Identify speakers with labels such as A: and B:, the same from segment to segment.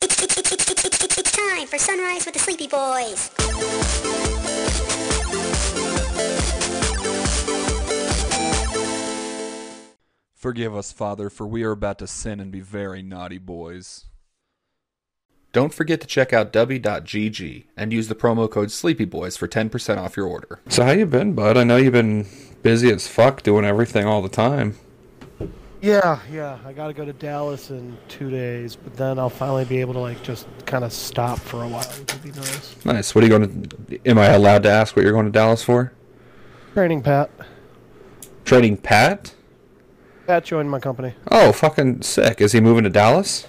A: It's, it's, it's, it's, it's, it's time for sunrise with the sleepy boys.
B: Forgive us, Father, for we are about to sin and be very naughty boys.
C: Don't forget to check out w.gg and use the promo code SleepyBoys for 10% off your order.
D: So how you been, bud? I know you've been busy as fuck doing everything all the time.
E: Yeah, yeah. I got to go to Dallas in two days, but then I'll finally be able to like just kind of stop for a while, which would be nice.
D: Nice. What are you going to? Am I allowed to ask what you're going to Dallas for?
E: Training Pat.
D: Training Pat?
E: Pat joined my company.
D: Oh, fucking sick. Is he moving to Dallas?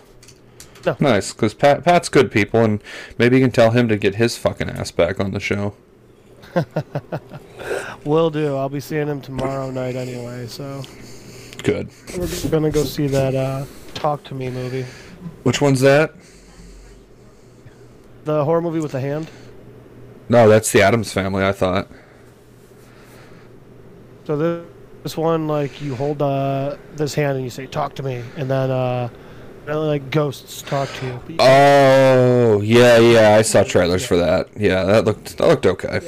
E: No.
D: Nice, because Pat, Pat's good people, and maybe you can tell him to get his fucking ass back on the show.
E: Will do. I'll be seeing him tomorrow night anyway, so
D: Good.
E: we're gonna go see that uh, Talk to Me movie,
D: Which one's that?
E: the horror movie with the hand.
D: No, that's the Adams family, I thought.
E: So this, this one, like you hold uh, this hand and you say "Talk to me," and then uh, then, like ghosts talk to you. But you
D: Oh, yeah, yeah. I saw trailers for that. Yeah, that looked that looked okay.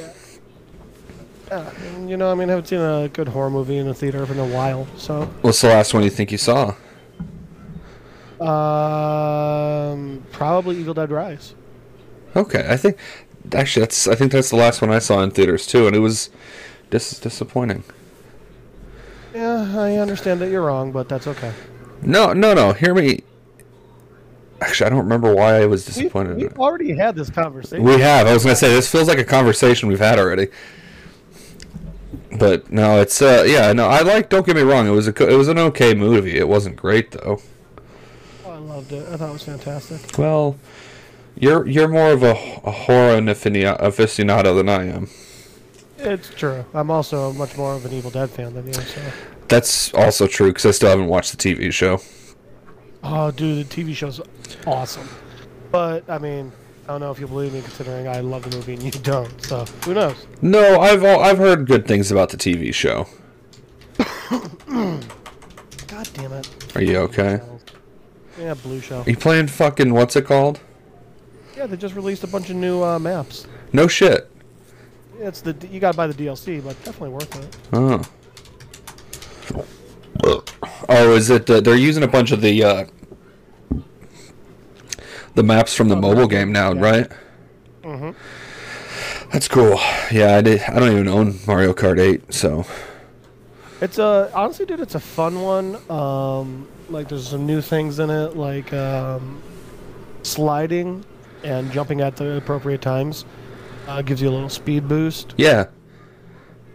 E: Yeah, and, you know, I mean, I haven't seen a good horror movie in the theater in a while. So,
D: What's the last one you think you saw?
E: um, probably Evil Dead Rise.
D: Okay, I think actually that's I think that's the last one I saw in theaters too, and it was dis- disappointing.
E: Yeah, I understand that you're wrong, but that's okay.
D: No, no, no. Hear me. Actually, I don't remember why I was disappointed.
E: We, we already had this conversation.
D: We have. I was gonna say this feels like a conversation we've had already. But no, it's uh yeah no I like don't get me wrong it was a co- it was an okay movie it wasn't great though
E: Oh, I loved it. I thought it was fantastic.
D: well you're you're more of a, a horror nifini- aficionado than I am
E: It's true. I'm also much more of an Evil Dead fan than you. So,
D: that's also true because I still haven't watched the TV show
E: oh, dude, the TV show's awesome. But I mean, I don't know if you believe me, considering I love the movie and you don't. So, who knows?
D: no I've all, I've heard good things about the TV show
E: God damn it.
D: are you okay
E: Yeah, Blue Shell.
D: are you playing fucking what's it called
E: Yeah, they just released a bunch of new uh, maps.
D: no shit
E: It's the you gotta buy the DLC, but definitely worth it.
D: Oh. Oh, is it? Uh, they're using a bunch of the uh, the Oh, maps Mm-hmm. from the mobile game now, right? Mm-hmm. That's cool. Yeah, I did. I don't even own Mario Kart 8, so
E: It's a honestly, dude, it's a fun one. Um, like there's some new things in it, like um, sliding and jumping at the appropriate times. Uh, gives you a little speed boost,
D: yeah.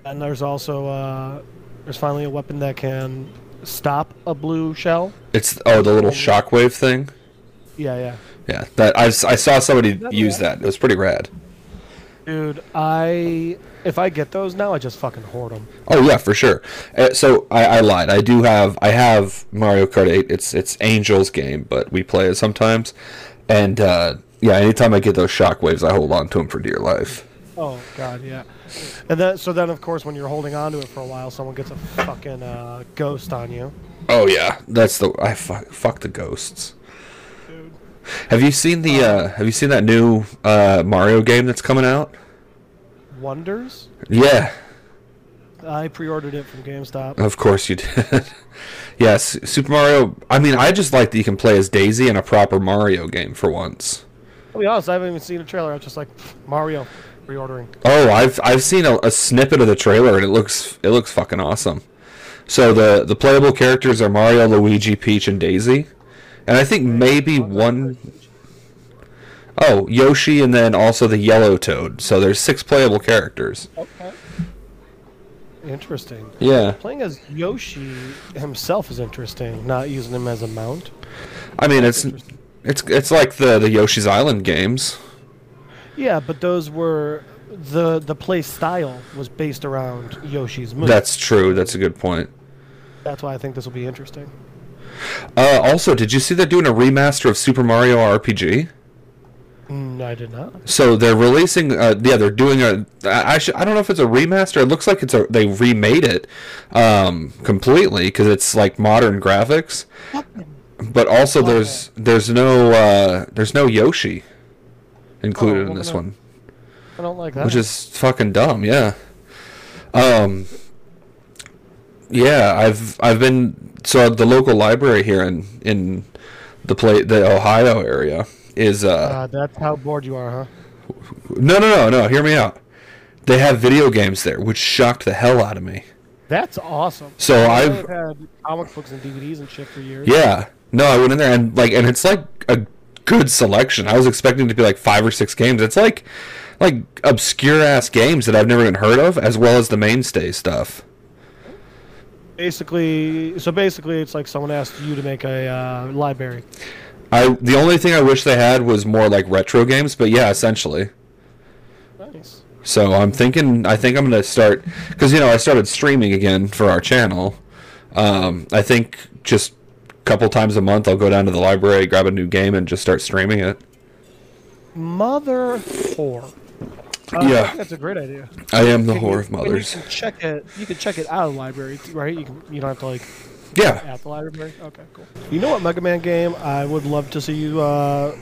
E: and there's also uh, there's finally a weapon that can stop a blue shell.
D: It's oh the little shockwave thing.
E: Yeah, yeah.
D: Yeah, that I, s- I saw somebody use that. It was pretty rad.
E: Dude, I if I get those now, I just fucking hoard them.
D: Oh yeah, for sure. Uh, so I, I lied. I do have I have Mario Kart 8. It's it's Angel's game, but we play it sometimes. And uh, yeah, anytime I get those shockwaves, I hold on to them for dear life.
E: Oh God, yeah. And then, so then, of course, when you're holding on to it for a while, someone gets a fucking uh, ghost on you.
D: Oh yeah, that's the I fuck, fuck the ghosts. Have you seen the uh, Have you seen that new uh, Mario game that's coming out?
E: Wonders.
D: Yeah,
E: I pre-ordered it from GameStop.
D: of course you did. yes, Super Mario. I mean, I just like that you can play as Daisy in a proper Mario game for once.
E: I'll be honest, I haven't even seen a trailer. I'm just like Mario pre-ordering.
D: Oh, I've I've seen a, a snippet of the trailer and it looks it looks fucking awesome. So the the playable characters are Mario, Luigi, Peach, and Daisy, and I think maybe one oh Yoshi, and then also the Yellow Toad. So there's six playable characters.
E: Okay. Interesting.
D: Yeah,
E: Playing as Yoshi himself is interesting. Not using him as a mount.
D: I mean it's it's it's like the the Yoshi's Island games.
E: Yeah, but those were the the play style was based around Yoshi's move.
D: That's true. That's a good point.
E: That's why I think this will be interesting.
D: Uh, also, did you see they're doing a remaster of Super Mario RPG?
E: Mm, I did not.
D: So they're releasing. Uh, yeah, they're doing a. I, I, should, I don't know if it's a remaster. It looks like it's a. They remade it um, completely because it's like modern graphics. But also, there's there's no uh, there's no Yoshi included
E: Oh,
D: in this
E: well,
D: one,
E: I don't like that.
D: which is fucking dumb. Yeah. Um. Yeah, I've I've been so the local library here in in the play the Ohio area is
E: uh, that's how bored you are, huh?
D: No, no, no, no. Hear me out. They have video games there, which shocked the hell out of me.
E: That's awesome.
D: So
E: I
D: I've
E: have had comic books and DVDs and shit for years.
D: yeah. No, I went in there and like, and it's like a good selection. I was expecting to be like five or six games. It's like like obscure ass games that I've never even heard of, as well as the mainstay stuff.
E: Basically, so basically, it's like someone asked you to make a uh, library.
D: I the only thing I wish they had was more like retro games, but yeah, essentially.
E: Nice.
D: So I'm thinking, I think I'm gonna start because you know I started streaming again for our channel. Um, I think just a couple times a month I'll go down to the library, grab a new game, and just start streaming it.
E: Mother whore. Uh, I
D: Yeah.
E: think that's a great idea.
D: I am the
E: And you-
D: whore of
E: and
D: mothers.
E: You can check it. You can check it out of the library, t- right? You can. You don't have to like
D: Yeah,
E: at the library. Okay, cool. You know what Mega Man game I would love to see you uh,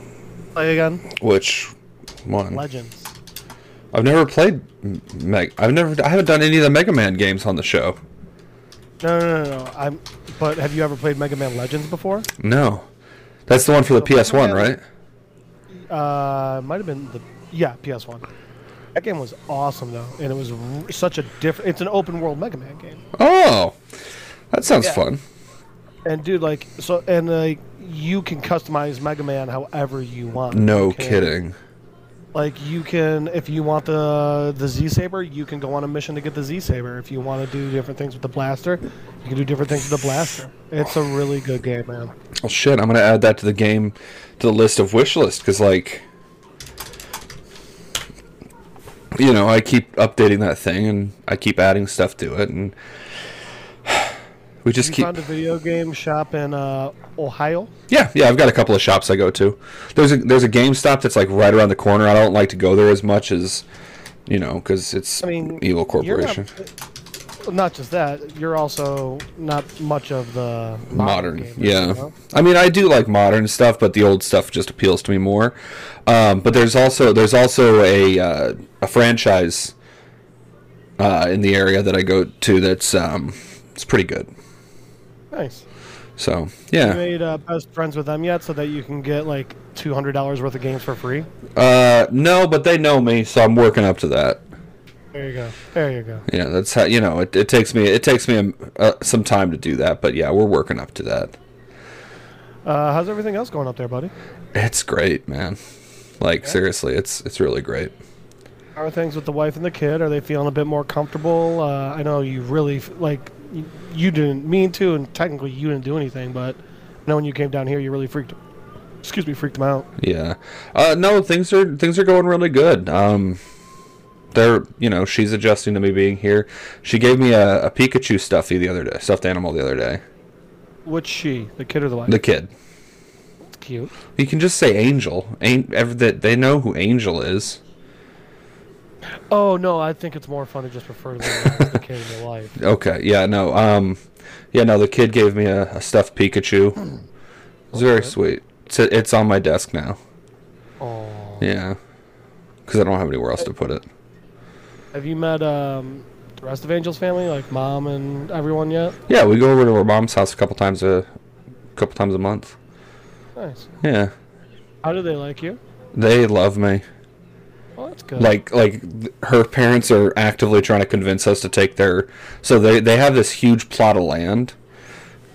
E: play again?
D: which one?
E: Legends.
D: I've never played M- Meg. I've never. I haven't done any of the Mega Man games on the show.
E: No, no, no, no. I'm. But have you ever played Mega Man Legends before?
D: No, that's the one for the PS One, right?
E: Uh, might have been the yeah PS One. That game was awesome though, and it was r- such a different. It's an open world Mega Man game,
D: Oh, that sounds
E: Yeah.
D: fun.
E: and dude, like so, and like you can customize Mega Man however you want.
D: No
E: You can-
D: kidding.
E: Like you can, if you want the the Z saber, you can go on a mission to get the Z saber. If you want to do different things with the blaster, you can do different things with the blaster. It's a really good game, man.
D: Well, shit, I'm gonna add that to the game, to the list of wish list, because like, you know, I keep updating that thing and I keep adding stuff to it, and we just
E: You
D: keep.
E: found a video game shop in uh, Ohio.
D: Yeah, yeah, I've got a couple of shops I go to. There's a there's a GameStop that's like right around the corner. I don't like to go there as much as, you know, because it's
E: I mean,
D: evil
E: you're not-
D: corporation.
E: Well, not just that, you're also not much of the
D: modern,
E: gamers,
D: yeah
E: you know?
D: i mean i do like modern stuff but the old stuff just appeals to me more um, but there's also there's also a uh, a franchise uh, in the area that i go to that's um, it's pretty good
E: Nice.
D: so
E: You
D: yeah
E: made uh, best friends with them yet, so that you can get like two hundred dollars worth of games for free.
D: uh, no but they know me so i'm working up to that
E: There you go. There you go.
D: yeah that's how you know it, it takes me it takes me um, uh, some time to do that but yeah we're working up to that
E: Uh, how's everything else going up there, buddy?
D: it's great man like seriously it's it's really great
E: How are things with the wife and the kid? Are they feeling a bit more comfortable? Uh, I know you really f- like you, you didn't mean to, and technically you didn't do anything, but I know when you came down here, you really freaked. Excuse me, freaked them out.
D: Yeah. Uh, no, things are things are going really good. Um, they're you know she's adjusting to me being here. She gave me a, a Pikachu stuffy the other day, stuffed animal the other day.
E: Which she, the kid or the wife?
D: The kid.
E: cute.
D: You can just say Angel. Ain't ever that they know who Angel is.
E: Oh no, I think it's more fun to just refer to them as the kid and the wife.
D: Okay. Yeah. No. Um. Yeah. No. The kid gave me a, a stuffed Pikachu. It's very sweet. It's it's on my desk now.
E: Oh.
D: Yeah. Because I don't have anywhere else to put it.
E: Have you met um, the rest of Angel's family, like mom and everyone yet?
D: Yeah. We go over to her mom's house a couple times a couple times a month.
E: Nice.
D: Yeah.
E: How do they like you?
D: They love me.
E: Well, that's good.
D: Like like th- her parents are actively trying to convince us to take their so they they have this huge plot of land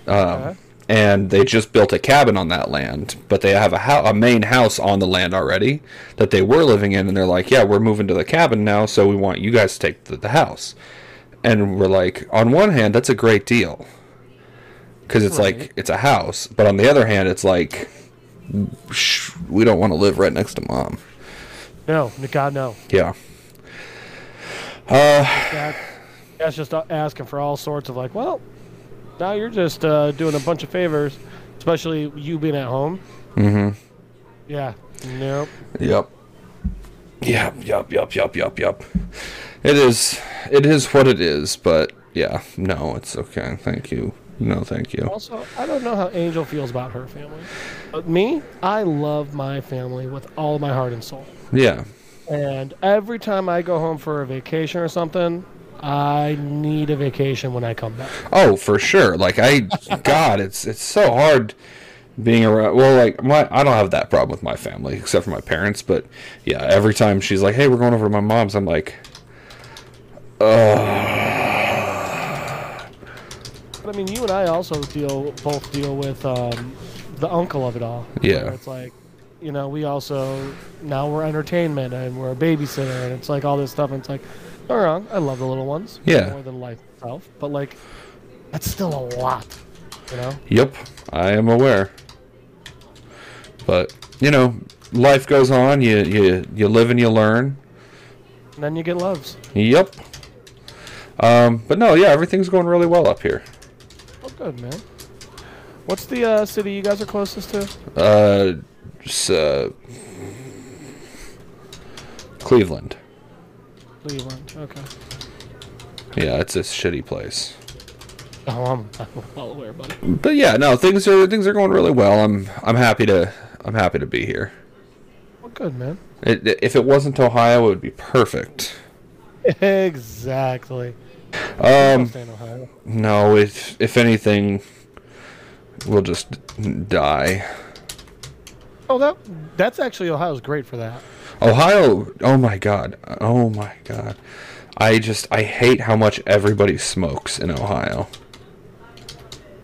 E: Okay.
D: and they just built a cabin on that land, but they have a ho- a main house on the land already that they were living in and they're like, "Yeah, we're moving to the cabin now, so we want you guys to take the, the house." And we're like, on one hand, that's a great deal. Cuz it's like it's a house, but on the other hand, it's like sh- we don't want to live right next to mom.
E: no, n- God no.
D: Yeah.
E: That, that's just a- asking for all sorts of like. Well, now you're just uh, doing a bunch of favors, especially you being at home. Mm-hmm. Yeah. Nope.
D: Yep. Yep, yep, yep, yep, yep, yep. It is it is what it is, but yeah, no, it's okay. Thank you. No, thank you.
E: Also, I don't know how Angel feels about her family. But me, I love my family with all my heart and soul.
D: Yeah.
E: And every time I go home for a vacation or something, I need a vacation when I come back.
D: Oh, for sure. Like I, God, it's it's so hard being around. Well, like my, I don't have that problem with my family except for my parents. But yeah, every time she's like, "Hey, we're going over to my mom's," I'm like,
E: But I mean, you and I also deal both deal with um, the uncle of it all.
D: Yeah.
E: where It's like, you know, we also now we're entertainment and we're a babysitter and it's like all this stuff and it's like, no wrong. I love the little ones.
D: Yeah.
E: More than life itself, but like, that's still a lot. You know.
D: "Yep, I am aware." But you know, life goes on. You you you live and you learn.
E: And then you get loves.
D: Yep. Um, but no, yeah, everything's going really well up here.
E: Oh, good man. What's the uh, city you guys are closest to?
D: Uh, just, uh, Cleveland.
E: Cleveland. Okay.
D: Yeah, it's a shitty place.
E: Oh, I'm, I'm well aware, buddy.
D: But yeah, no, things are things are going really well. I'm I'm happy to I'm happy to be here.
E: Well, good man.
D: It, if it wasn't Ohio, it would be perfect.
E: Exactly.
D: Um,
E: Stay in Ohio.
D: no, if if anything, we'll just die.
E: Oh, that that's actually Ohio's great for that.
D: Ohio, oh my god, oh my god, I just I hate how much everybody smokes in Ohio.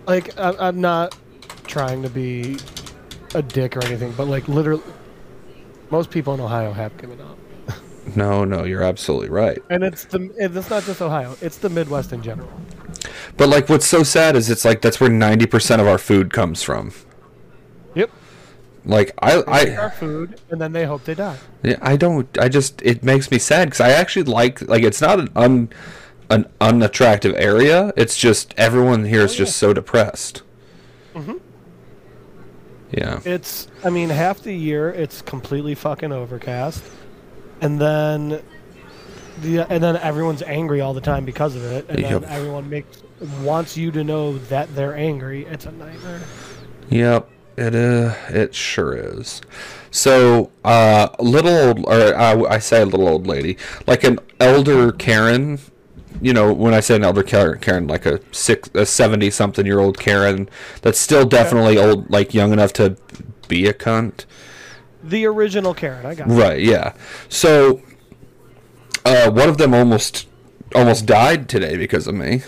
E: Like I, I'm not trying to be a dick or anything, but like literally, most people in Ohio have given up,
D: No, no, you're absolutely right.
E: and it's the and it's not just Ohio; it's the Midwest in general.
D: But like, what's so sad is it's like that's where ninety percent of our food comes from.
E: Yep.
D: Like I I.
E: Our food, and then they hope they die.
D: Yeah, I don't. I just it makes me sad because I actually like like it's not an un an unattractive area. It's just everyone here is just so depressed. Mm-hmm. Yeah.
E: It's I mean half the year it's completely fucking overcast, and then the and then everyone's angry all the time because of it, and
D: Yep.
E: then everyone makes wants you to know that they're angry. It's a nightmare.
D: Yep. It uh, it sure is. So, uh, little old, or I, I say little old lady, like an elder Karen. You know, when I say an elder Karen, Karen like a six, a seventy-something-year-old Karen that's still definitely old, like young enough to be a cunt.
E: The original Karen, I got. it.
D: Right, yeah. So uh, one of them almost almost died today because of me.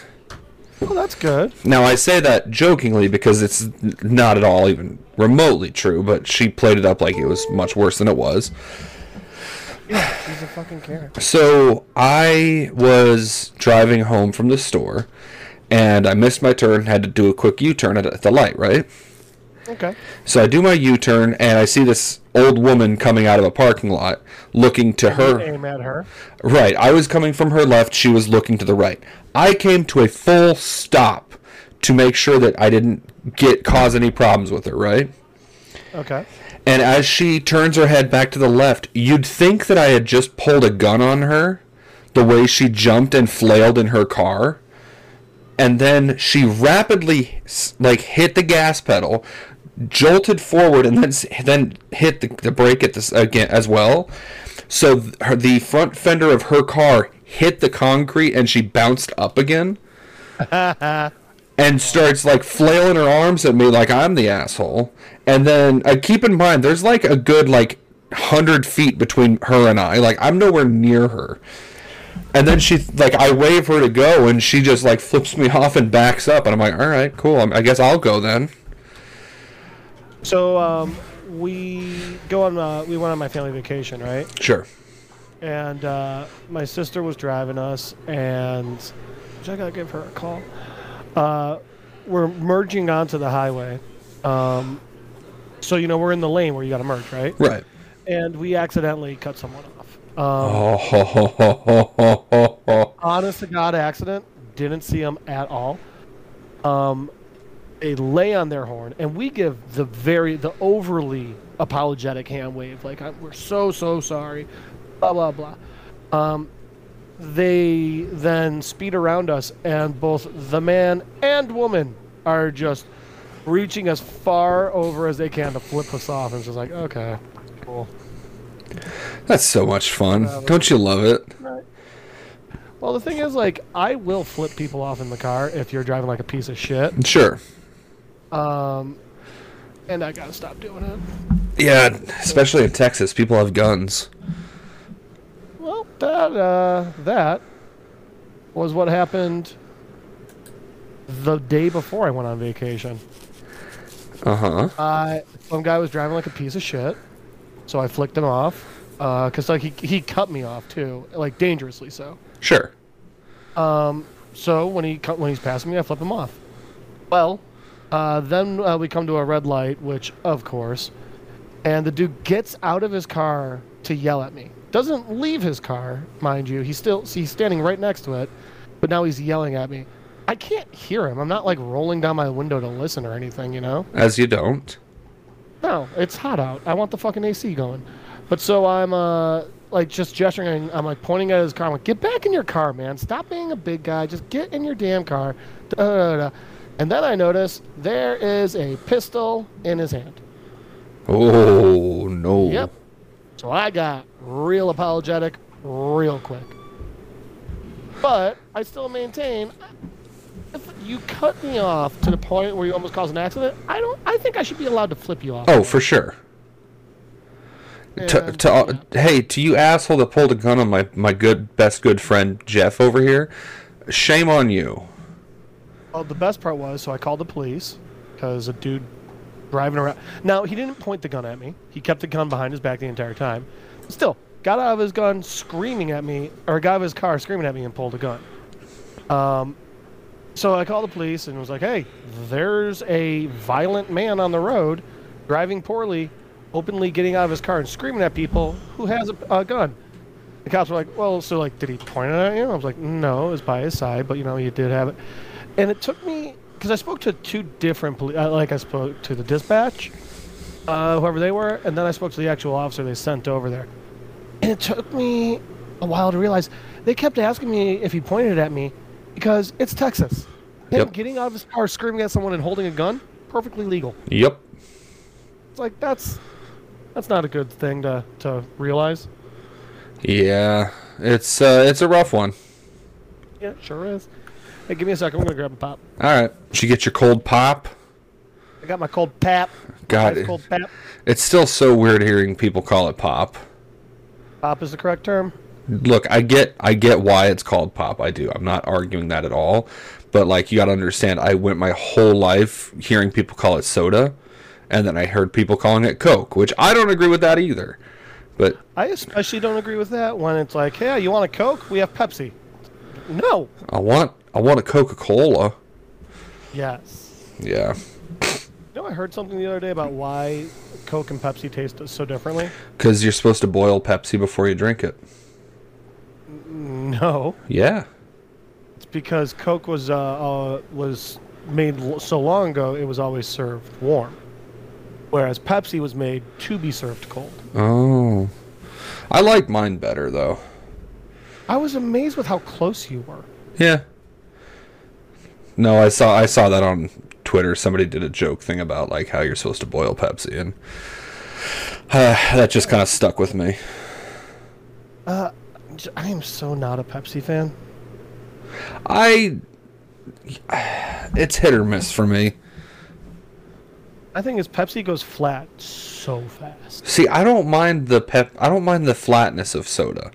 E: Well, Oh, that's good.
D: Now I say that jokingly because it's n- not at all even remotely true, but she played it up like it was much worse than it was.
E: She's a fucking Karen.
D: So I was driving home from the store and I missed my turn, had to do a quick U-turn at, at the light, right?
E: Okay.
D: So I do my U-turn and I see this old woman coming out of a parking lot looking to her
E: Aim at her.
D: Right. I was coming from her left. She was looking to the right. I came to a full stop to make sure that I didn't get cause any problems with her. Right.
E: Okay.
D: And as she turns her head back to the left, you'd think that I had just pulled a gun on her, the way she jumped and flailed in her car. And then she rapidly s- like hit the gas pedal, jolted forward, and then s- then hit the, the brake at this again as well. So th- her, the front fender of her car hit the concrete, and she bounced up again. and starts like flailing her arms at me like I'm the asshole. And then uh, keep in mind, there's like a good like hundred feet between her and I. Like I'm nowhere near her. And then she like I wave her to go, and she just like flips me off and backs up, and I'm like, all right, cool. I'm, I guess I'll go then.
E: So um, we go on. Uh, we went on my family vacation, right?
D: Sure.
E: And uh, my sister was driving us, and which I gotta give her a call. Uh, we're merging onto the highway. Um, so you know we're in the lane where you gotta merge, right?
D: Right.
E: And we accidentally cut someone off. Um,
D: Oh ho ho ho ho ho ho. ho.
E: honest to god accident didn't see them at all um they lay on their horn and we give the very the overly apologetic hand wave like I, we're so so sorry blah blah blah um they then speed around us and both the man and woman are just reaching as far over as they can to flip us off. And it's just like, okay, cool.
D: That's so much fun. Don't you love it?
E: Well, the thing is, like, I will flip people off in the car if you're driving like a piece of shit,
D: Sure.
E: and I gotta stop doing it.
D: Yeah, especially in Texas, people have guns.
E: Well, that uh, that was what happened the day before I went on vacation.
D: Uh huh.
E: Uh, some guy was driving like a piece of shit, so I flicked him off. Uh 'cause cause like he he cut me off too, like dangerously so.
D: Sure.
E: So when he co- when he's passing me, I flip him off. Well, uh, then uh, we come to a red light, which of course, and the dude gets out of his car to yell at me. Doesn't leave his car, mind you. He's still he's standing right next to it, but now he's yelling at me. I can't hear him. I'm not like rolling down my window to listen or anything, you know.
D: As you don't.
E: No, it's hot out. I want the fucking AC going. But so I'm uh like just gesturing and I'm like pointing at his car. I'm like, get back in your car, man. Stop being a big guy. Just get in your damn car. Da, da, da, da. And then I notice there is a pistol in his hand.
D: Oh no.
E: Yep. So I got real apologetic real quick. But I still maintain if you cut me off to the point where you almost caused an accident, I don't I think I should be allowed to flip you off.
D: Oh, for sure. To,
E: And,
D: to, uh,
E: yeah.
D: Hey, to you asshole that pulled a gun on my, my good best good friend Jeff over here, shame on you.
E: Well, the best part was, so I called the police because a dude driving around. Now he didn't point the gun at me. He kept the gun behind his back the entire time. Still, got out of his gun screaming at me, or got out of his car screaming at me and pulled a gun. Um, so I called the police and was like, "Hey, there's a violent man on the road, driving poorly, openly getting out of his car and screaming at people who has a, a gun." The cops were like, "Well, so like, did he point it at you?" I was like, "No, it was by his side, but you know, he did have it." And it took me because I spoke to two different police. Like I spoke to the dispatch, uh, whoever they were, and then I spoke to the actual officer they sent over there. And it took me a while to realize they kept asking me if he pointed it at me because it's Texas. Him
D: Yep.
E: getting out of his car, screaming at someone, and holding a gun, perfectly legal.
D: Yep.
E: It's like that's that's not a good thing to to realize.
D: Yeah, it's uh, it's a rough one.
E: Yeah, it sure is. Hey, give me a second. I'm gonna grab a pop.
D: All right. Did you get your cold pop?
E: I got my cold pap.
D: God,
E: Ice cold pap.
D: it's still so weird hearing people call it pop.
E: Pop is the correct term.
D: Look, I get I get why it's called pop. I do. I'm not arguing that at all. But like you got to understand, I went my whole life hearing people call it soda, and then I heard people calling it Coke, which I don't agree with that either. But
E: I especially don't agree with that when it's like, "Hey, you want a Coke? We have Pepsi." No.
D: I want I want a Coca-Cola.
E: Yes.
D: Yeah.
E: You know, I heard something the other day about why Coke and Pepsi taste so differently.
D: Cuz you're supposed to boil Pepsi before you drink it.
E: No,
D: Yeah.
E: it's because Coke was uh, uh, was made l- so long ago; it was always served warm, whereas Pepsi was made to be served cold.
D: Oh. I like mine better though.
E: I was amazed with how close you were.
D: Yeah. No, I saw I saw that on Twitter. Somebody did a joke thing about like how you're supposed to boil Pepsi, and uh, that just kind of stuck with me.
E: J- I am so not a Pepsi fan.
D: I it's hit or miss for me.
E: I think is Pepsi goes flat so fast.
D: See, I don't mind the pep. I don't mind the flatness of soda.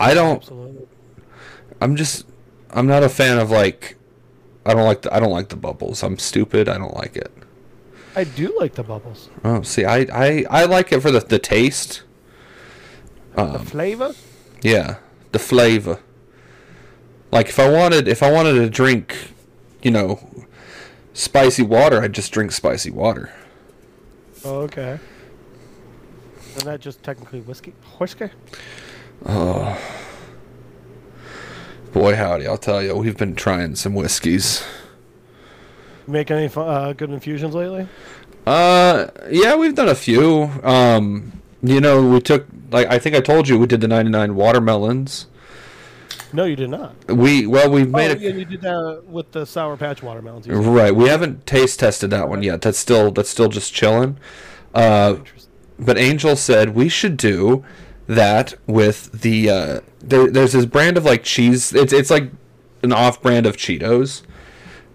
D: I don't.
E: Absolutely.
D: I'm just. I'm not a fan of like. I don't like. The, I don't like the bubbles. I'm stupid. I don't like it.
E: I do like the bubbles.
D: Oh, see, I I, I like it for the the taste.
E: the flavor?
D: Yeah, the flavor. Like if I wanted, if I wanted to drink, you know, spicy water, I'd just drink spicy water.
E: Oh, okay. Isn't that just technically whiskey? Whiskey?
D: Boy, howdy! I'll tell you, we've been trying some whiskeys.
E: Make any fu- uh, good infusions lately?
D: Uh, yeah, we've done a few. Um, you know, we took like I think I told you we did the ninety nine watermelons.
E: No, you did not.
D: We well we've
E: Oh,
D: made
E: yeah,
D: a
E: you did that with the sour patch watermelons. You said.
D: Right. We haven't taste tested that one yet. That's still that's still just chilling. Uh, but Angel said we should do that with the uh, there, there's this brand of like cheese. It's it's like an off brand of Cheetos,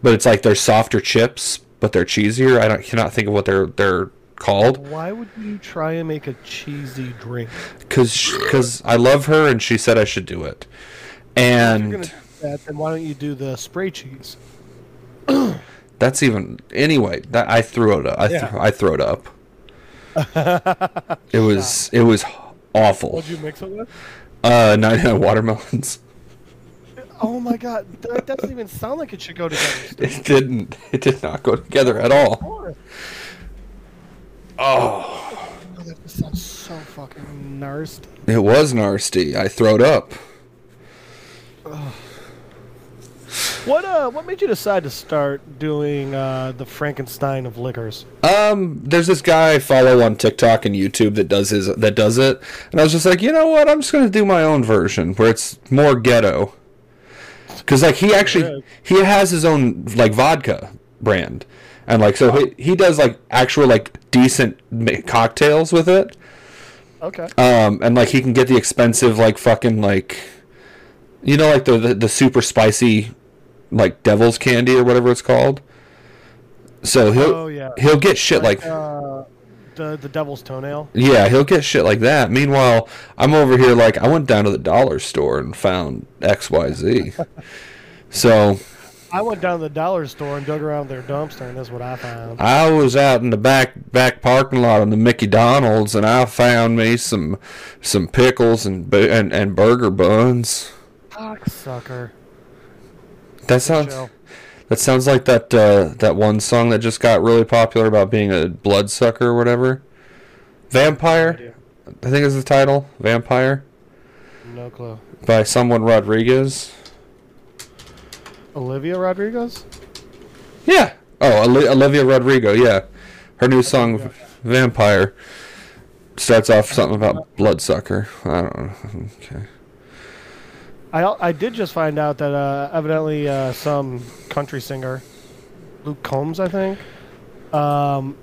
D: but it's like they're softer chips, but they're cheesier. I don't cannot think of what they're they're called
E: Why would you try and make a cheesy drink?
D: because because I love her and she said I should do it.
E: If
D: And
E: you're gonna do that, then why don't you do the spray cheese?
D: that's even anyway. That I threw it. Up. I
E: Yeah.
D: th- I threw it up. it was it was awful.
E: What'd you mix it with?
D: Uh, nine nine watermelons.
E: Oh my god, that doesn't even sound like it should go together. Of
D: It didn't. It did not go together at all.
E: course. Oh. That just sounds so fucking nasty.
D: It was nasty. I throwed up.
E: What uh? What made you decide to start doing uh, the Frankenstein of liquors?
D: Um, there's this guy I follow on TikTok and YouTube that does his that does it, and I was just like, you know what? I'm just gonna do my own version where it's more ghetto. Cause like he actually he has his own like vodka brand, and like so he he does like actual like decent ma- cocktails with it.
E: Okay.
D: Um, and like he can get the expensive like fucking like, you know, like the the, the super spicy, like devil's candy or whatever it's called. So he'll
E: Oh, yeah.
D: he'll get shit like,
E: Uh, the the devil's toenail.
D: yeah he'll get shit like that. Meanwhile, I'm over here like I went down to the dollar store and found X Y Z. so
E: I went down to the dollar store and dug around their dumpster, and that's what I found.
D: I was out in the back back parking lot in the Mickey Donald's and I found me some some pickles and bu- and and burger buns.
E: Cocksucker.
D: That sounds.
E: Joe.
D: That sounds like that uh, that one song that just got really popular about being a bloodsucker or whatever. Vampire, I think is the title. Vampire
E: No clue.
D: by someone Rodriguez.
E: Olivia Rodriguez.
D: Yeah. Oh, Oli- Olivia Rodrigo. Yeah, her new song V- "Vampire" starts off something about bloodsucker. I don't know. Okay.
E: I al- I did just find out that uh, evidently uh, some country singer, Luke Combs, I think, um,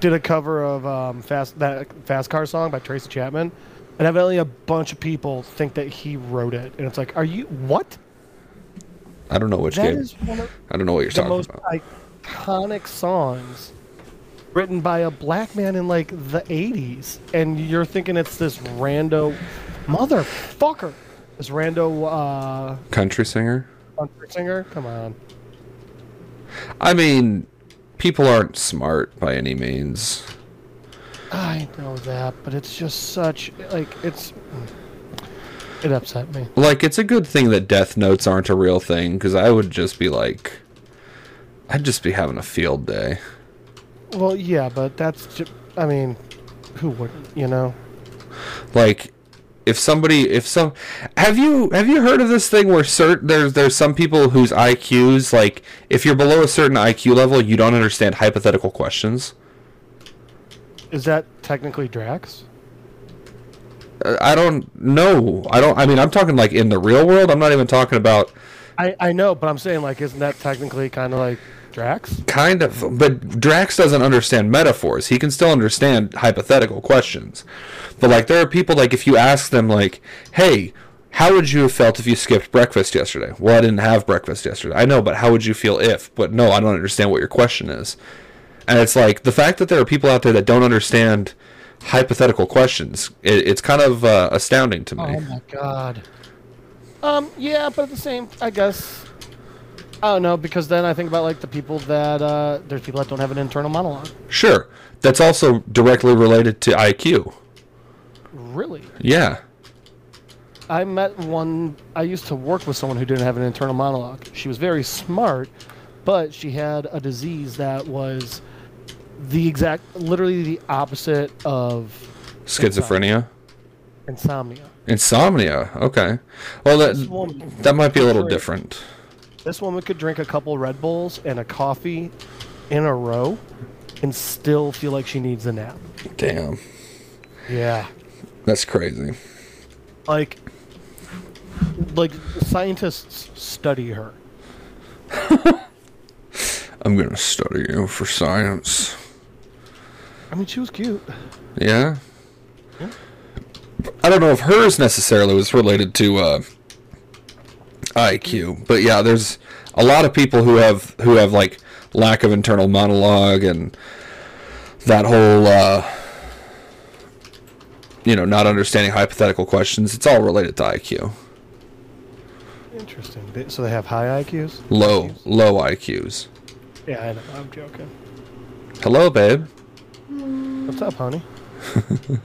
E: did a cover of um, fast that fast car song by Tracy Chapman, and evidently a bunch of people think that he wrote it, and it's like, are you what?
D: I don't know which
E: That
D: game.
E: is one of
D: I don't know what you're
E: the
D: talking
E: most
D: about.
E: iconic songs written by a black man in like the 80s and you're thinking it's this rando motherfucker this rando uh
D: Country singer.
E: country singer come on
D: I mean, people aren't smart by any means.
E: i know that but it's just such like it's it upset me
D: Like, it's a good thing that death notes aren't a real thing, because I would just be like, I'd just be having a field day.
E: well yeah but that's just i mean who wouldn't you know
D: Like, if somebody, if some, have you have you heard of this thing where cert there's there's some people whose IQs like if you're below a certain IQ level, you don't understand hypothetical questions.
E: is that technically drax
D: Uh, I don't know. I don't. I mean, I'm talking like in the real world. I'm not even talking about
E: i i know but i'm saying like isn't that technically kind of like drax
D: kind of but drax doesn't understand metaphors he can still understand hypothetical questions but like there are people like if you ask them like hey how would you have felt if you skipped breakfast yesterday well i didn't have breakfast yesterday i know but how would you feel if but no i don't understand what your question is and it's like the fact that there are people out there that don't understand hypothetical questions it, it's kind of uh, astounding to me
E: Oh my god. Um, yeah, but at the same, I guess. I don't know because then I think about like the people that uh, there's people that don't have an internal monologue.
D: sure that's also directly related to iq
E: Really,
D: yeah
E: I met one. I used to work with someone who didn't have an internal monologue. She was very smart, but she had a disease that was the exact, literally the opposite of
D: schizophrenia
E: insomnia.
D: Insomnia. Okay. Well,
E: This
D: that
E: woman,
D: that might be a little
E: Right.
D: different.
E: this woman could drink a couple Red Bulls and a coffee in a row and still feel like she needs a nap.
D: Damn,
E: Yeah.
D: that's crazy.
E: Like like scientists study her.
D: I'm gonna study you for science.
E: I mean, she was cute.
D: Yeah. I don't know if hers necessarily was related to uh, IQ, but yeah, there's a lot of people who have who have like lack of internal monologue and that whole uh, you know not understanding hypothetical questions. It's all related to IQ,
E: Interesting. They- So they have high IQs.
D: low low IQs.
E: Yeah, I know. I'm joking.
D: Hello, babe.
E: What's up, honey?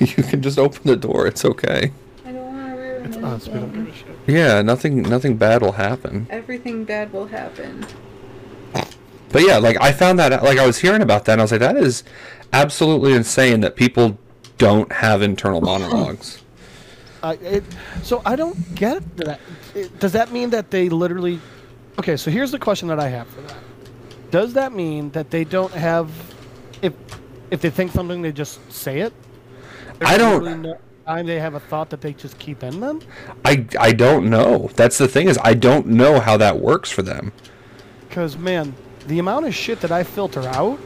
D: You can just open the door. It's okay.
F: I don't want to ruin
E: It's
F: anything.
E: us. We don't give a shit.
D: Yeah, nothing nothing bad will happen.
F: Everything bad will happen.
D: But yeah, like I found that like I was hearing about that and I was like that is absolutely insane that people don't have internal monologues.
E: I, it, so I don't get that. It- does that mean that they literally? Okay, so here's the question that I have for that. Does that mean that they don't have, if if they think something, they just say it?
D: I don't-
E: literally No time they have a thought that they just keep in them.
D: I I don't know. That's the thing is I don't know how that works for them.
E: Because man, the amount of shit that I filter out,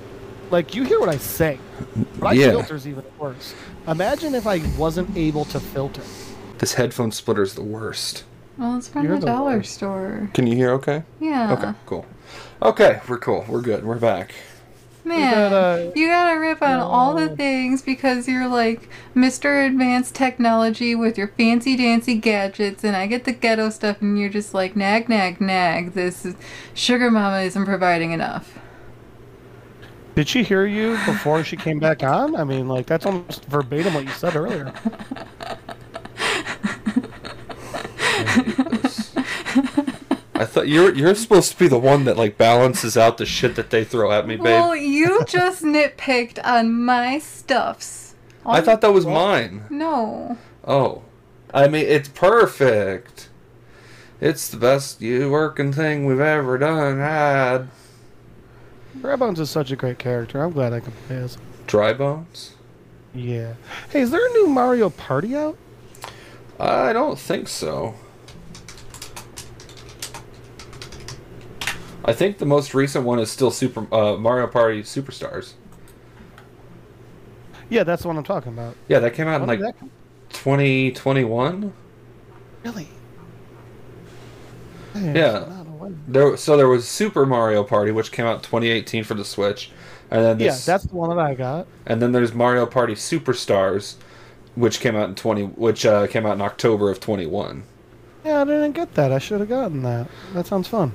E: like you hear what I say, but I
D: Yeah.
E: filter is even worse. Imagine if I wasn't able to filter.
D: This headphone splitter is the worst.
F: Well, it's from
E: You're the
F: the dollar store.
D: Can you hear okay?
F: Yeah.
D: Okay, cool. Okay, we're cool. We're good. We're back.
F: Man, you gotta,
E: gotta-
F: rip on all the things because you're like Mr. Advanced Technology with your fancy dancy gadgets, and I get the ghetto stuff, and you're just like, nag, nag, nag. This is, sugar mama isn't providing enough.
E: Did she hear you before she came back on? I mean, like that's almost verbatim what you said earlier.
D: I thought you're you're supposed to be the one that like balances out the shit that they throw at me, babe.
F: Well, you just nitpicked on my stuffs.
D: I thought that was mine.
F: No.
D: Oh, I mean, it's perfect. It's the best you working thing we've ever done. Ah, Had
E: Dry Bones is such a great character. I'm glad I can play as.
D: dry bones?
E: Yeah. Hey, is there a new Mario Party out?
D: I don't think so. I think the most recent one is still Super uh, Mario Party Superstars.
E: Yeah, that's the one I'm talking about.
D: Yeah, that came out in
E: When did
D: like
E: that come-
D: 2021.
E: really? I am
D: Yeah.
E: not aware.
D: There, so there was Super Mario Party, which came out 2018 for the Switch, and then
E: Yeah,
D: this-
E: that's the one that I got.
D: And then there's Mario Party Superstars, which came out in twenty, which uh, came out in October of twenty one.
E: Yeah, I didn't get that. I should have gotten that. That sounds fun.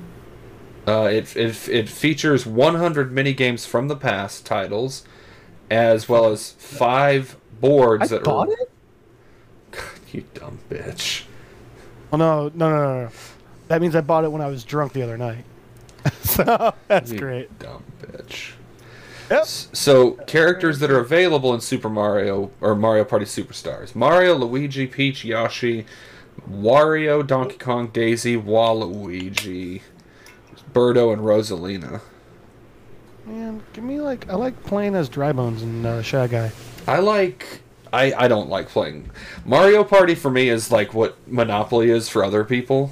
D: Uh, it, it it features one hundred mini games from the past titles, as well as five boards
E: I
D: that
E: bought
D: are.
E: it.
D: You dumb bitch.
E: Oh no, no, no, no, no. That means I bought it when I was drunk the other night. so that's
D: You
E: great.
D: Dumb bitch.
E: Yep.
D: So characters that are available in Super Mario or Mario Party Superstars: Mario, Luigi, Peach, Yoshi, Wario, Donkey Kong, Daisy, Waluigi, Birdo, and Rosalina.
E: Man, give me like I like playing as Dry Bones and uh, Shy Guy.
D: I like. I, I don't like playing Mario Party for me is like what Monopoly is for other people.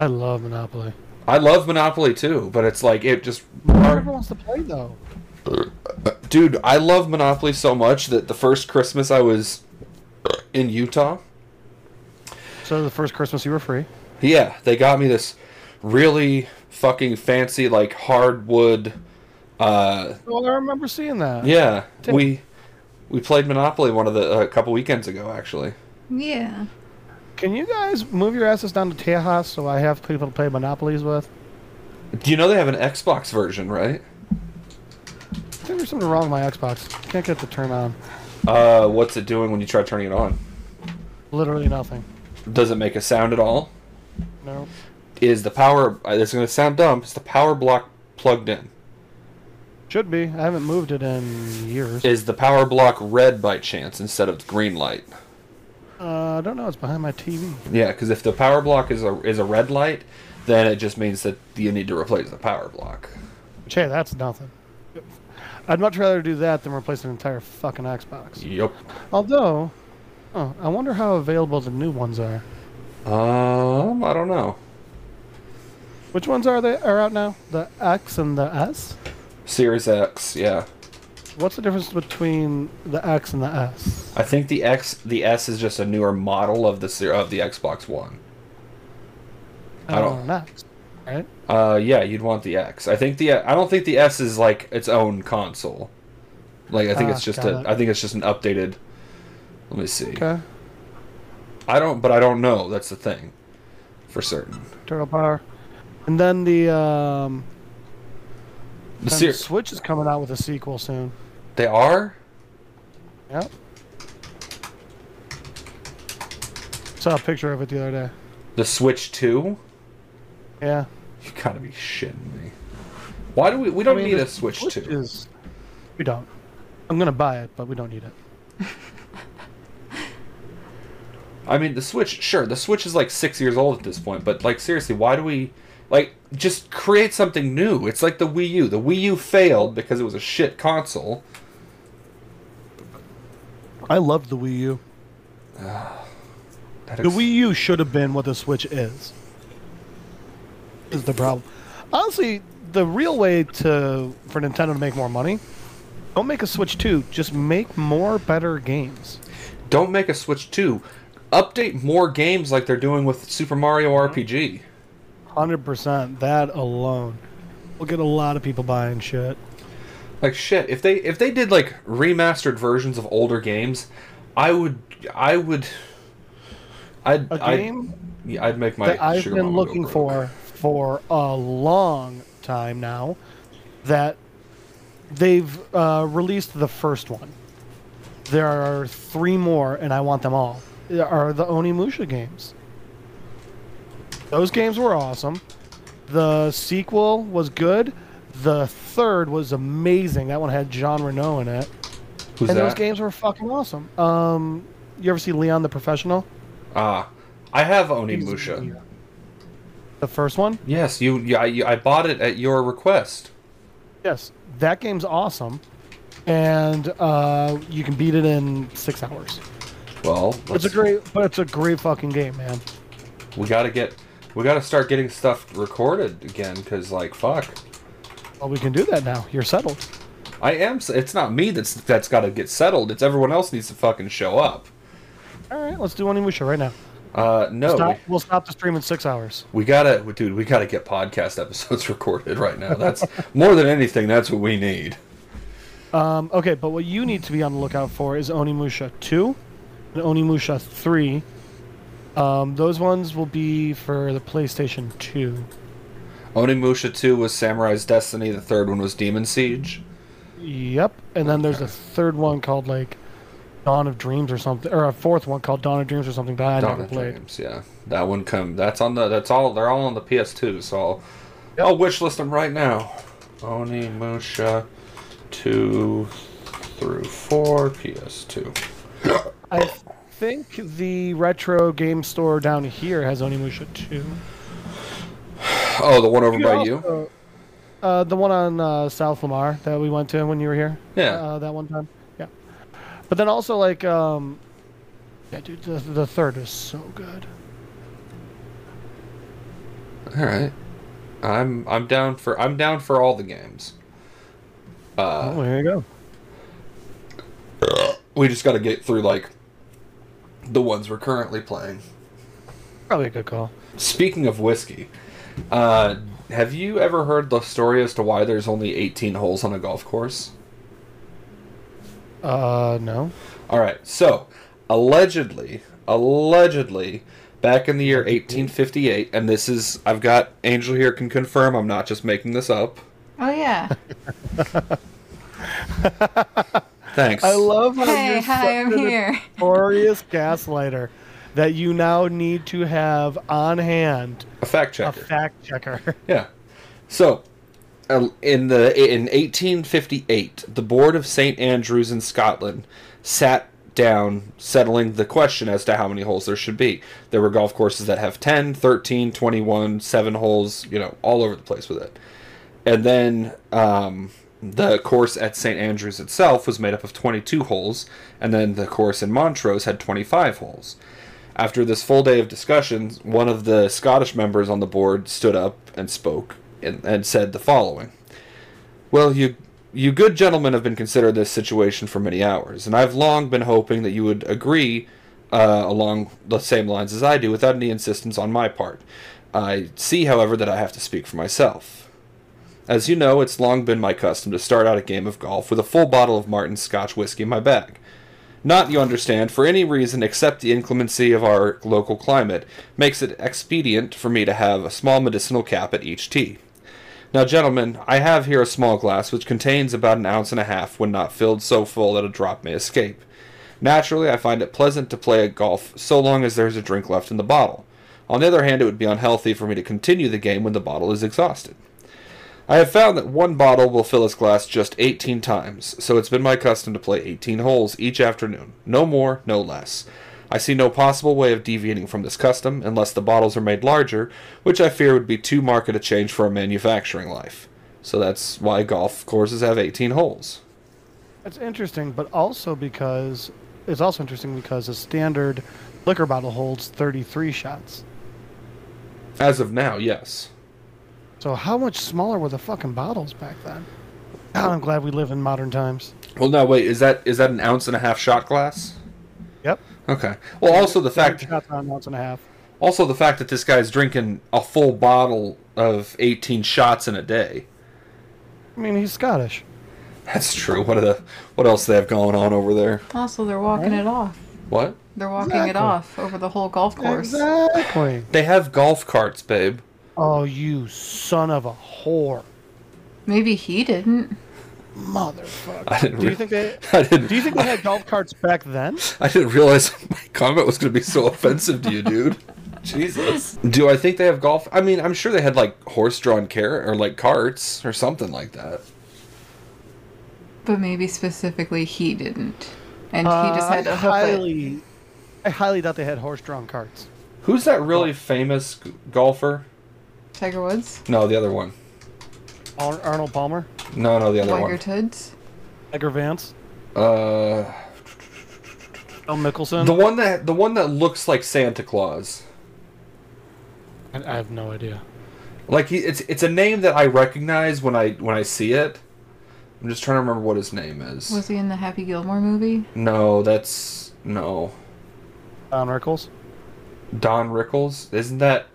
E: I love Monopoly.
D: I love Monopoly too, but it's like it just
E: Not everyone wants to play though.
D: dude, I love Monopoly so much that the first Christmas I was in Utah,
E: So the first Christmas you were free.
D: Yeah, they got me this really fucking fancy like hardwood uh
E: Well, I remember seeing that.
D: yeah, we we played Monopoly one of the a couple weekends ago actually.
F: Yeah.
E: Can you guys move your asses down to Tejas so I have people to play Monopolies with?
D: Do you know they have an Xbox version, right?
E: I think there's something wrong with my Xbox. Can't get the turn on.
D: Uh what's it doing when you try turning it on?
E: Literally nothing.
D: Does it make a sound at all?
E: No.
D: Is the power uh, it's going to sound dumb, is the power block plugged in?
E: Should be. I haven't moved it in years.
D: Is the power block red by chance instead of green light?
E: Uh, I don't know. It's behind my TV.
D: Yeah, cuz if the power block is a is a red light, then it just means that you need to replace the power block.
E: Which, hey, that's nothing. I'd much rather do that than replace an entire fucking Xbox.
D: Yep.
E: Although, oh, I wonder how available the new ones are.
D: Um, I don't know.
E: Which ones are they are out now? The X and the S.
D: Series X, yeah.
E: What's the difference between the X and the S?
D: I think the X, the S is just a newer model of the ser- of the Xbox One. I don't-
E: Oh, next, right?
D: Uh, yeah, you'd want the X. I think the I don't think the S is like its own console. Like I think
E: Ah,
D: it's just
E: got
D: a
E: it.
D: I think it's just an updated. Let me see.
E: Okay.
D: I don't, but I don't know. That's the thing, for certain.
E: Turtle power. And then the um,
D: The
E: then
D: ser-
E: the Switch is coming out with a sequel soon.
D: they are.
E: Yep. Saw a picture of it the other day.
D: The Switch Two?
E: Yeah.
D: You gotta be shitting me. Why do we? We don't need a Switch Two.
E: is- we don't. I'm gonna buy it, but we don't need it.
D: I mean, the Switch. Sure, the Switch is like six years old at this point, but like seriously, why do we? Like, just create something new. It's like the Wii U. The Wii U failed because it was a shit console.
E: I love the Wii U.
D: That
E: The
D: ex-
E: Wii U should have been what the Switch is. Is the problem? Honestly, the real way to for Nintendo to make more money, don't make a Switch 2. Just make more better games.
D: Don't make a Switch 2. Update more games like they're doing with Super Mario
E: Uh-huh.
D: RPG.
E: Hundred percent. That alone will get a lot of people buying shit.
D: Like shit, if they if they did like remastered versions of older games, I would I would I'd
E: A
D: I'd-
E: game
D: yeah, I'd make my
E: that I've
D: sugar
E: been
D: mama go
E: looking
D: broke.
E: for for a long time now that they've uh, released the first one. There are three more, and I want them all. There Are the Onimusha games? Those games were awesome. The sequel was good. The third was amazing. That one had Jean Reno in it,
D: Who's
E: and
D: that?
E: those games were fucking awesome. Um, you ever see Leon the Professional?
D: Ah. I have Onimusha.
E: The first one.
D: Yes, you, you, I, you I bought it at your request.
E: Yes, that game's awesome, and uh, you can beat it in six hours.
D: Well,
E: It's a
D: let's-
E: great, but it's a great fucking game, man.
D: we got to get we got to start getting stuff recorded again cuz like fuck.
E: Well, we can do that now. You're settled.
D: I am. s- It's not me that's that's got to get settled. It's everyone else needs to fucking show up.
E: All right, let's do Onimusha right now.
D: Uh, no,
E: Stop,
D: we,
E: we'll stop the stream in six hours.
D: we gotta, dude. We gotta get podcast episodes recorded right now. That's more than anything. That's what we need.
E: Um, okay, but what you need to be on the lookout for is Onimusha two and Onimusha three. Um, those ones will be for the PlayStation two.
D: Onimusha two was Samurai's Destiny. The third one was Demon Siege.
E: Yep, and then there's a third one called like Dawn of Dreams or something, or a fourth one called Dawn of Dreams or something that I
D: Dawn
E: never
D: of
E: played.
D: Dreams, Yeah, that one come. That's on the. That's all. They're all on the PS2. So I'll, I'll wish list them right now. Onimusha two through four PS2.
E: I think the retro game store down here has Onimusha 2.
D: Oh, the one over by you.
E: Uh, the one on uh, South Lamar that we went to when you were here.
D: Yeah.
E: Uh, that one time. Yeah. But then also, like, um, yeah, dude, the, the third is so good.
D: All right, I'm I'm down for I'm down for all the games.
E: oh, here you go.
D: We just got to get through like the ones we're currently playing.
E: Probably a good call.
D: Speaking of whiskey, uh, have you ever heard the story as to why there's only 18 holes on a golf course?
E: Uh, no.
D: All right, so allegedly, allegedly, back in the year 1858, and this is I've got Angel here can confirm I'm not just making this up.
F: Oh yeah.
D: Thanks.
E: I love how
F: hey,
E: you're
F: hi, I'm
E: such an
F: here.
E: notorious gaslighter that you now need to have on hand
D: a fact
E: a
D: checker.
E: fact checker.
D: Yeah. So, uh, in the in 1858, the board of St Andrews in Scotland sat down settling the question as to how many holes there should be. There were golf courses that have 10, 13, 21, 7 holes, you know, all over the place with it. And then um, the course at St Andrews itself was made up of 22 holes, and then the course in Montrose had 25 holes. After this full day of discussions, one of the Scottish members on the board stood up and spoke and, and said the following Well, you, you good gentlemen have been considering this situation for many hours, and I've long been hoping that you would agree uh, along the same lines as I do without any insistence on my part. I see, however, that I have to speak for myself. As you know, it's long been my custom to start out a game of golf with a full bottle of Martin's Scotch whiskey in my bag. Not, you understand, for any reason except the inclemency of our local climate makes it expedient for me to have a small medicinal cap at each tea. Now, gentlemen, I have here a small glass which contains about an ounce and a half when not filled so full that a drop may escape. Naturally, I find it pleasant to play at golf so long as there is a drink left in the bottle. On the other hand, it would be unhealthy for me to continue the game when the bottle is exhausted. I have found that one bottle will fill its glass just 18 times, so it's been my custom to play 18 holes each afternoon, no more, no less. I see no possible way of deviating from this custom unless the bottles are made larger, which I fear would be too marked a change for a manufacturing life. So that's why golf courses have 18 holes.
E: That's interesting, but also because it's also interesting because a standard liquor bottle holds 33 shots.
D: As of now, yes.
E: So how much smaller were the fucking bottles back then? God, I'm glad we live in modern times.
D: Well, no, wait, is that is that an ounce and a half shot glass?
E: Yep.
D: Okay. Well, also the fact
E: Shots on an ounce and a half.
D: also the fact that this guy's drinking a full bottle of 18 shots in a day.
E: I mean, he's Scottish.
D: That's true. What are the what else they have going on over there?
F: Also, they're walking it off.
D: What?
F: They're walking it off over the whole golf course.
E: Exactly.
D: They have golf carts, babe.
E: Oh, you son of a whore,
F: Maybe he didn't.
E: motherfucker!
D: I didn't.
E: Do you
D: rea-
E: think they?
D: I didn't.
E: Do you think they had golf carts back then?
D: I didn't realize my comment was going to be so offensive to you, dude. Jesus. Do I think they have golf? I mean, I'm sure they had like horse-drawn car or like carts or something like that.
F: But maybe specifically he didn't. And he just
E: Uh,
F: had
E: I
F: to hoof it.
E: highly, I highly doubt they had horse-drawn carts.
D: Who's that really famous g- golfer?
F: Tiger Woods?
D: No, the other one.
E: Ar- Arnold Palmer,
D: No, no, the other
F: Tiger
D: one.
F: Toods?
E: Edgar Vance,
D: Uh,
E: Phil Mickelson.
D: the one that the one that looks like Santa Claus.
E: I I have no idea.
D: Like he, it's it's a name that I recognize when I when I see it. I'm just trying to remember what his name is.
F: Was he in the Happy Gilmore movie?
D: No, that's no.
E: Don Rickles.
D: Don Rickles, isn't that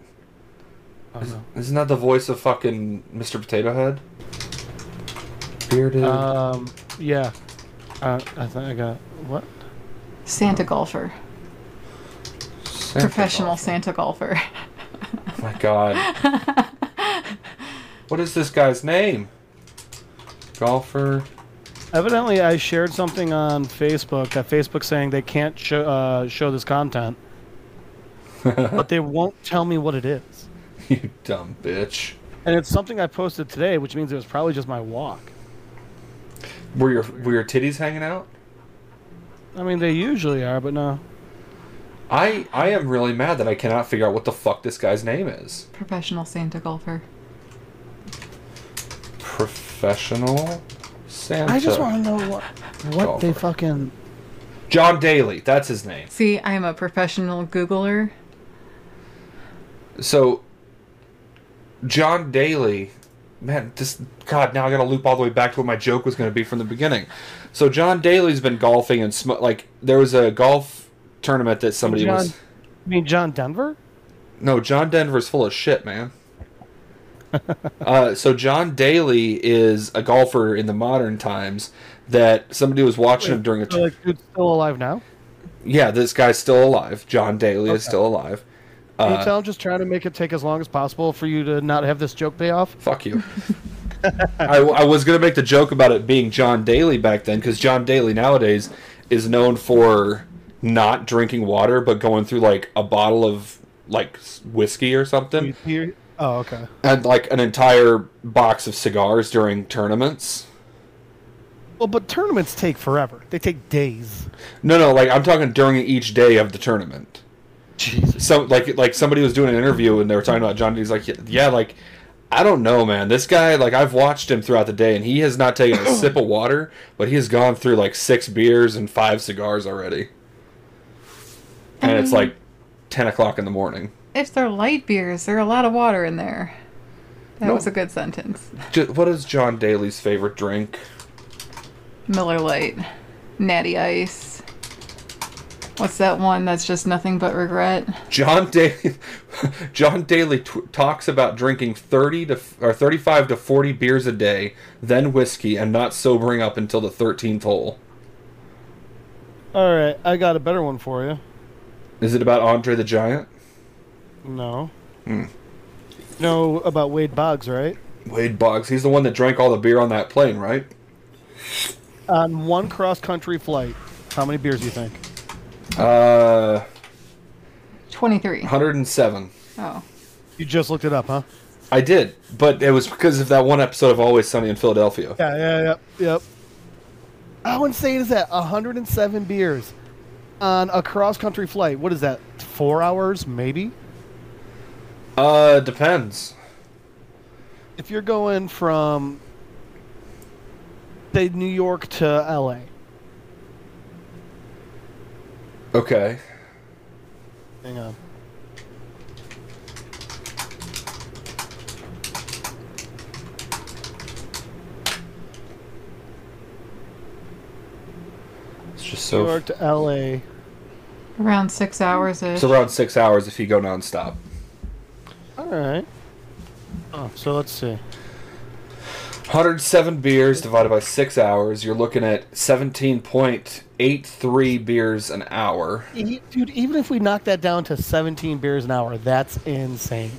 E: I don't know.
D: isn't that the voice of fucking Mr. Potato Head? Bearded.
E: Um, yeah. Uh, I think I got what?
F: Santa golfer.
D: Santa
F: Professional
D: Claus.
F: Santa golfer.
D: Oh my god. what is this guy's name? Golfer.
E: Evidently, I shared something on Facebook that Facebook saying they can't show uh, show this content, but they won't tell me what it is.
D: you dumb bitch.
E: And it's something I posted today, which means it was probably just my walk.
D: Were your were your titties hanging out?
E: I mean, they usually are, but no.
D: I I am really mad that I cannot figure out what the fuck this guy's name is.
F: Professional Santa golfer.
D: Professional Santa.
E: I just want to know what what they
D: Golfer.
E: fucking.
D: John Daly, that's his name.
F: See, I'm a professional Googler.
D: So John Daly, man, this God. Now I got to loop all the way back to what my joke was going to be from the beginning. So John Daly's been golfing and sm- like there was a golf tournament that somebody
E: John,
D: was.
E: I mean, John Denver.
D: No, John Denver's full of shit, man. uh, so John Daly is a golfer in the modern times that somebody was watching him during a.
E: So,
D: tour.
E: like, dude's still alive now.
D: yeah, this guy's still alive. John Daly is still alive.
E: Can you tell I'm just trying to make it take as long as possible for you to not have this joke pay off?
D: Fuck you. I, I was gonna make the joke about it being John Daly back then, because John Daly nowadays is known for not drinking water, but going through like a bottle of like s- whiskey or something,
E: Oh, okay.
D: and like an entire box of cigars during tournaments.
E: Well, but tournaments take forever. They take days.
D: No, no, like I'm talking during each day of the tournament.
E: Jesus.
D: So like like somebody was doing an interview and they were talking about John Daly's like "Yeah, yeah like I don't know man this guy like I've watched him throughout the day and he has not taken a sip of water but he has gone through like six beers and five cigars already and it's like ten o'clock in the morning.
F: If they're light beers, there's a lot of water in there. That
D: No.
F: was a good sentence.
D: Ju- what is John Daly's favorite drink?
F: Miller Light, Natty Ice. What's that one that's just nothing but regret?
D: John Daly, John Daly t- talks about drinking thirty to f- or thirty-five to forty beers a day, then whiskey, and not sobering up until the thirteenth hole.
E: All right, I got a better one for you.
D: Is it about Andre the Giant?
E: No. Hmm. Know about Wade Boggs, right?
D: Wade Boggs. He's the one that drank all the beer on that plane, right?
E: On one cross-country flight, how many beers do you think?
D: Uh,
F: 23.
D: 107.
F: Oh.
E: You just looked it up, huh?
D: I did, but it was because of that one episode of Always Sunny in Philadelphia.
E: Yeah, yeah, yep, yep. How insane is that? 107 beers on a cross-country flight. What is that? Four hours, maybe.
D: Uh, depends.
E: If you're going from, say, New York to LA,
D: Okay.
E: hang on.
D: It's just
E: New
D: so.
E: York to LA.
F: Around six hours ish.
D: It's around six hours if you go nonstop.
E: All right. Oh, so let's see.
D: 107 beers divided by six hours, you're looking at 17.83 beers an hour.
E: E- Dude, even if we knock that down to 17 beers an hour, that's insane.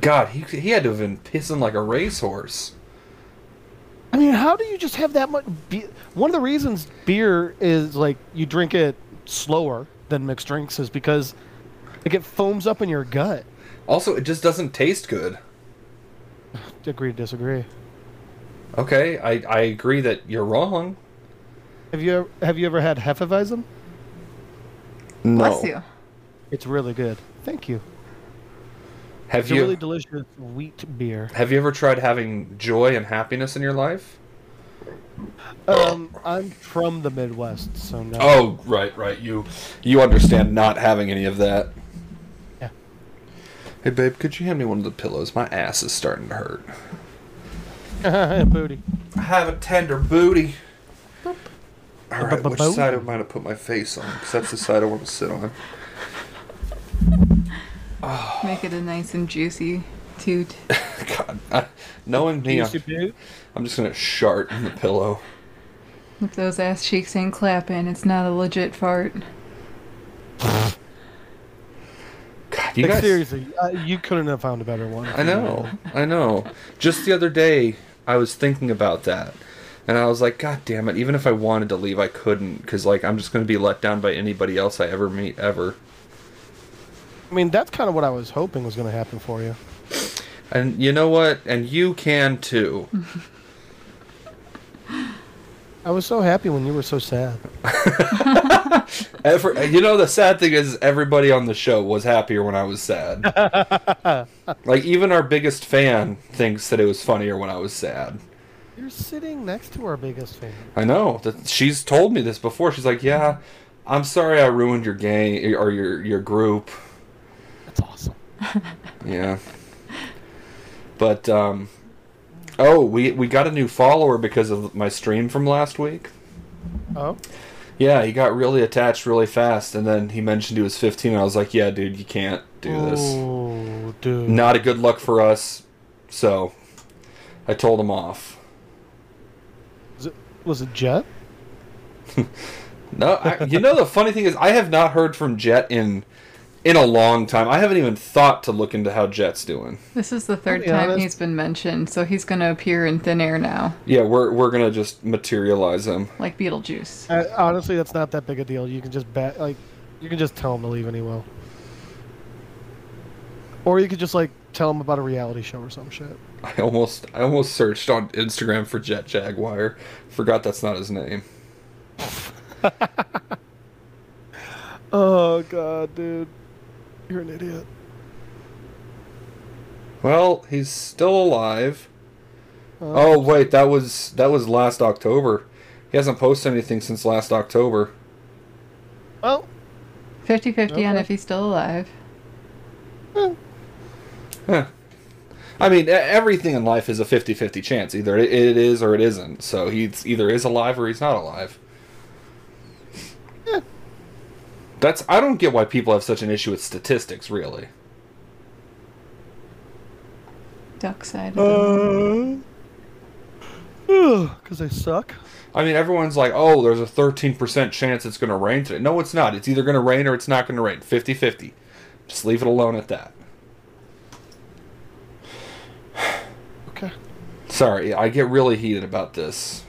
D: God, he, he had to have been pissing like a racehorse.
E: I mean, how do you just have that much? Be- One of the reasons beer is like you drink it slower than mixed drinks is because like it foams up in your gut.
D: Also, it just doesn't taste good.
E: Agree to disagree.
D: Okay, I, I agree that you're wrong.
E: Have you have you ever had hefeweizen?
F: Bless you.
E: It's really good. Thank you.
D: Have
E: It's a
D: you
E: really delicious wheat beer.
D: have you ever tried having joy and happiness in your life?
E: Um, I'm from the Midwest, so no.
D: Oh, right, right. You you understand not having any of that. Oh.
E: Yeah.
D: Hey babe, could you hand me one of the pillows? My ass is starting to hurt.
E: booty.
D: I have a tender booty. All right, which
E: Bo-
D: side am I to put my face on? Because that's the side I want to sit on.
F: Make it a nice and juicy toot.
D: God, I, knowing me, I'm,
E: Juicy boot.
D: I'm just gonna shart in the pillow.
F: If those ass cheeks ain't clapping, it's not a legit fart.
D: God, you
E: Like,
D: guys.
E: seriously, uh, you couldn't have found a better one.
D: I know, I know. Just the other day, I was thinking about that, and I was like, God damn it! Even if I wanted to leave, I couldn't, because like I'm just gonna be let down by anybody else I ever meet ever.
E: I mean, that's kind of what I was hoping was going to happen for you.
D: And you know what? And you can too.
E: I was so happy when you were so sad.
D: Every, you know the sad thing is everybody on the show was happier when I was sad. like even our biggest fan thinks that it was funnier when I was sad.
E: You're sitting next to our biggest fan.
D: I know that she's told me this before. She's like, "Yeah, I'm sorry I ruined your gang or your your group."
E: That's awesome.
D: Yeah. But um oh, we we got a new follower because of my stream from last week.
E: Oh,
D: Yeah, he got really attached really fast and then he mentioned he was 15 and I was like, "Yeah, dude, you can't do this."
E: Oh, dude.
D: Not a good luck for us. So, I told him off.
E: Was it, was it Jet?
D: No, I, you know the funny thing is I have not heard from Jet in in a long time. I haven't even thought to look into how Jet's doing.
F: This is the third
E: be
F: time
E: honest.
F: he's been mentioned, so he's gonna appear in thin air now,
D: Yeah, we're we're gonna just materialize him.
F: like Beetlejuice.
E: Uh, honestly, that's not that big a deal. You can just bet, like, you can just tell him to leave and he will. Or you could just like tell him about a reality show or some shit.
D: I almost I almost searched on Instagram for Jet Jaguar. Forgot that's not his name.
E: Oh god, dude, you're an idiot.
D: Well, he's still alive. Oh wait, that was that was last October. He hasn't posted anything since last October.
E: Well,
F: 50 50 on
E: Okay.
F: if he's still alive.
D: I mean, e- everything in life is a 50 50 chance. Either it- it is or it isn't. So he's either is alive or he's not alive. That's I don't get why people have such an issue with statistics, really.
F: Duck side.
E: Uh, Because they suck.
D: I mean, everyone's like, oh, there's a 13% chance it's going to rain today. No, it's not. It's either going to rain or it's not going to rain. 50 50. Just leave it alone at that.
E: Okay.
D: Sorry, I get really heated about this.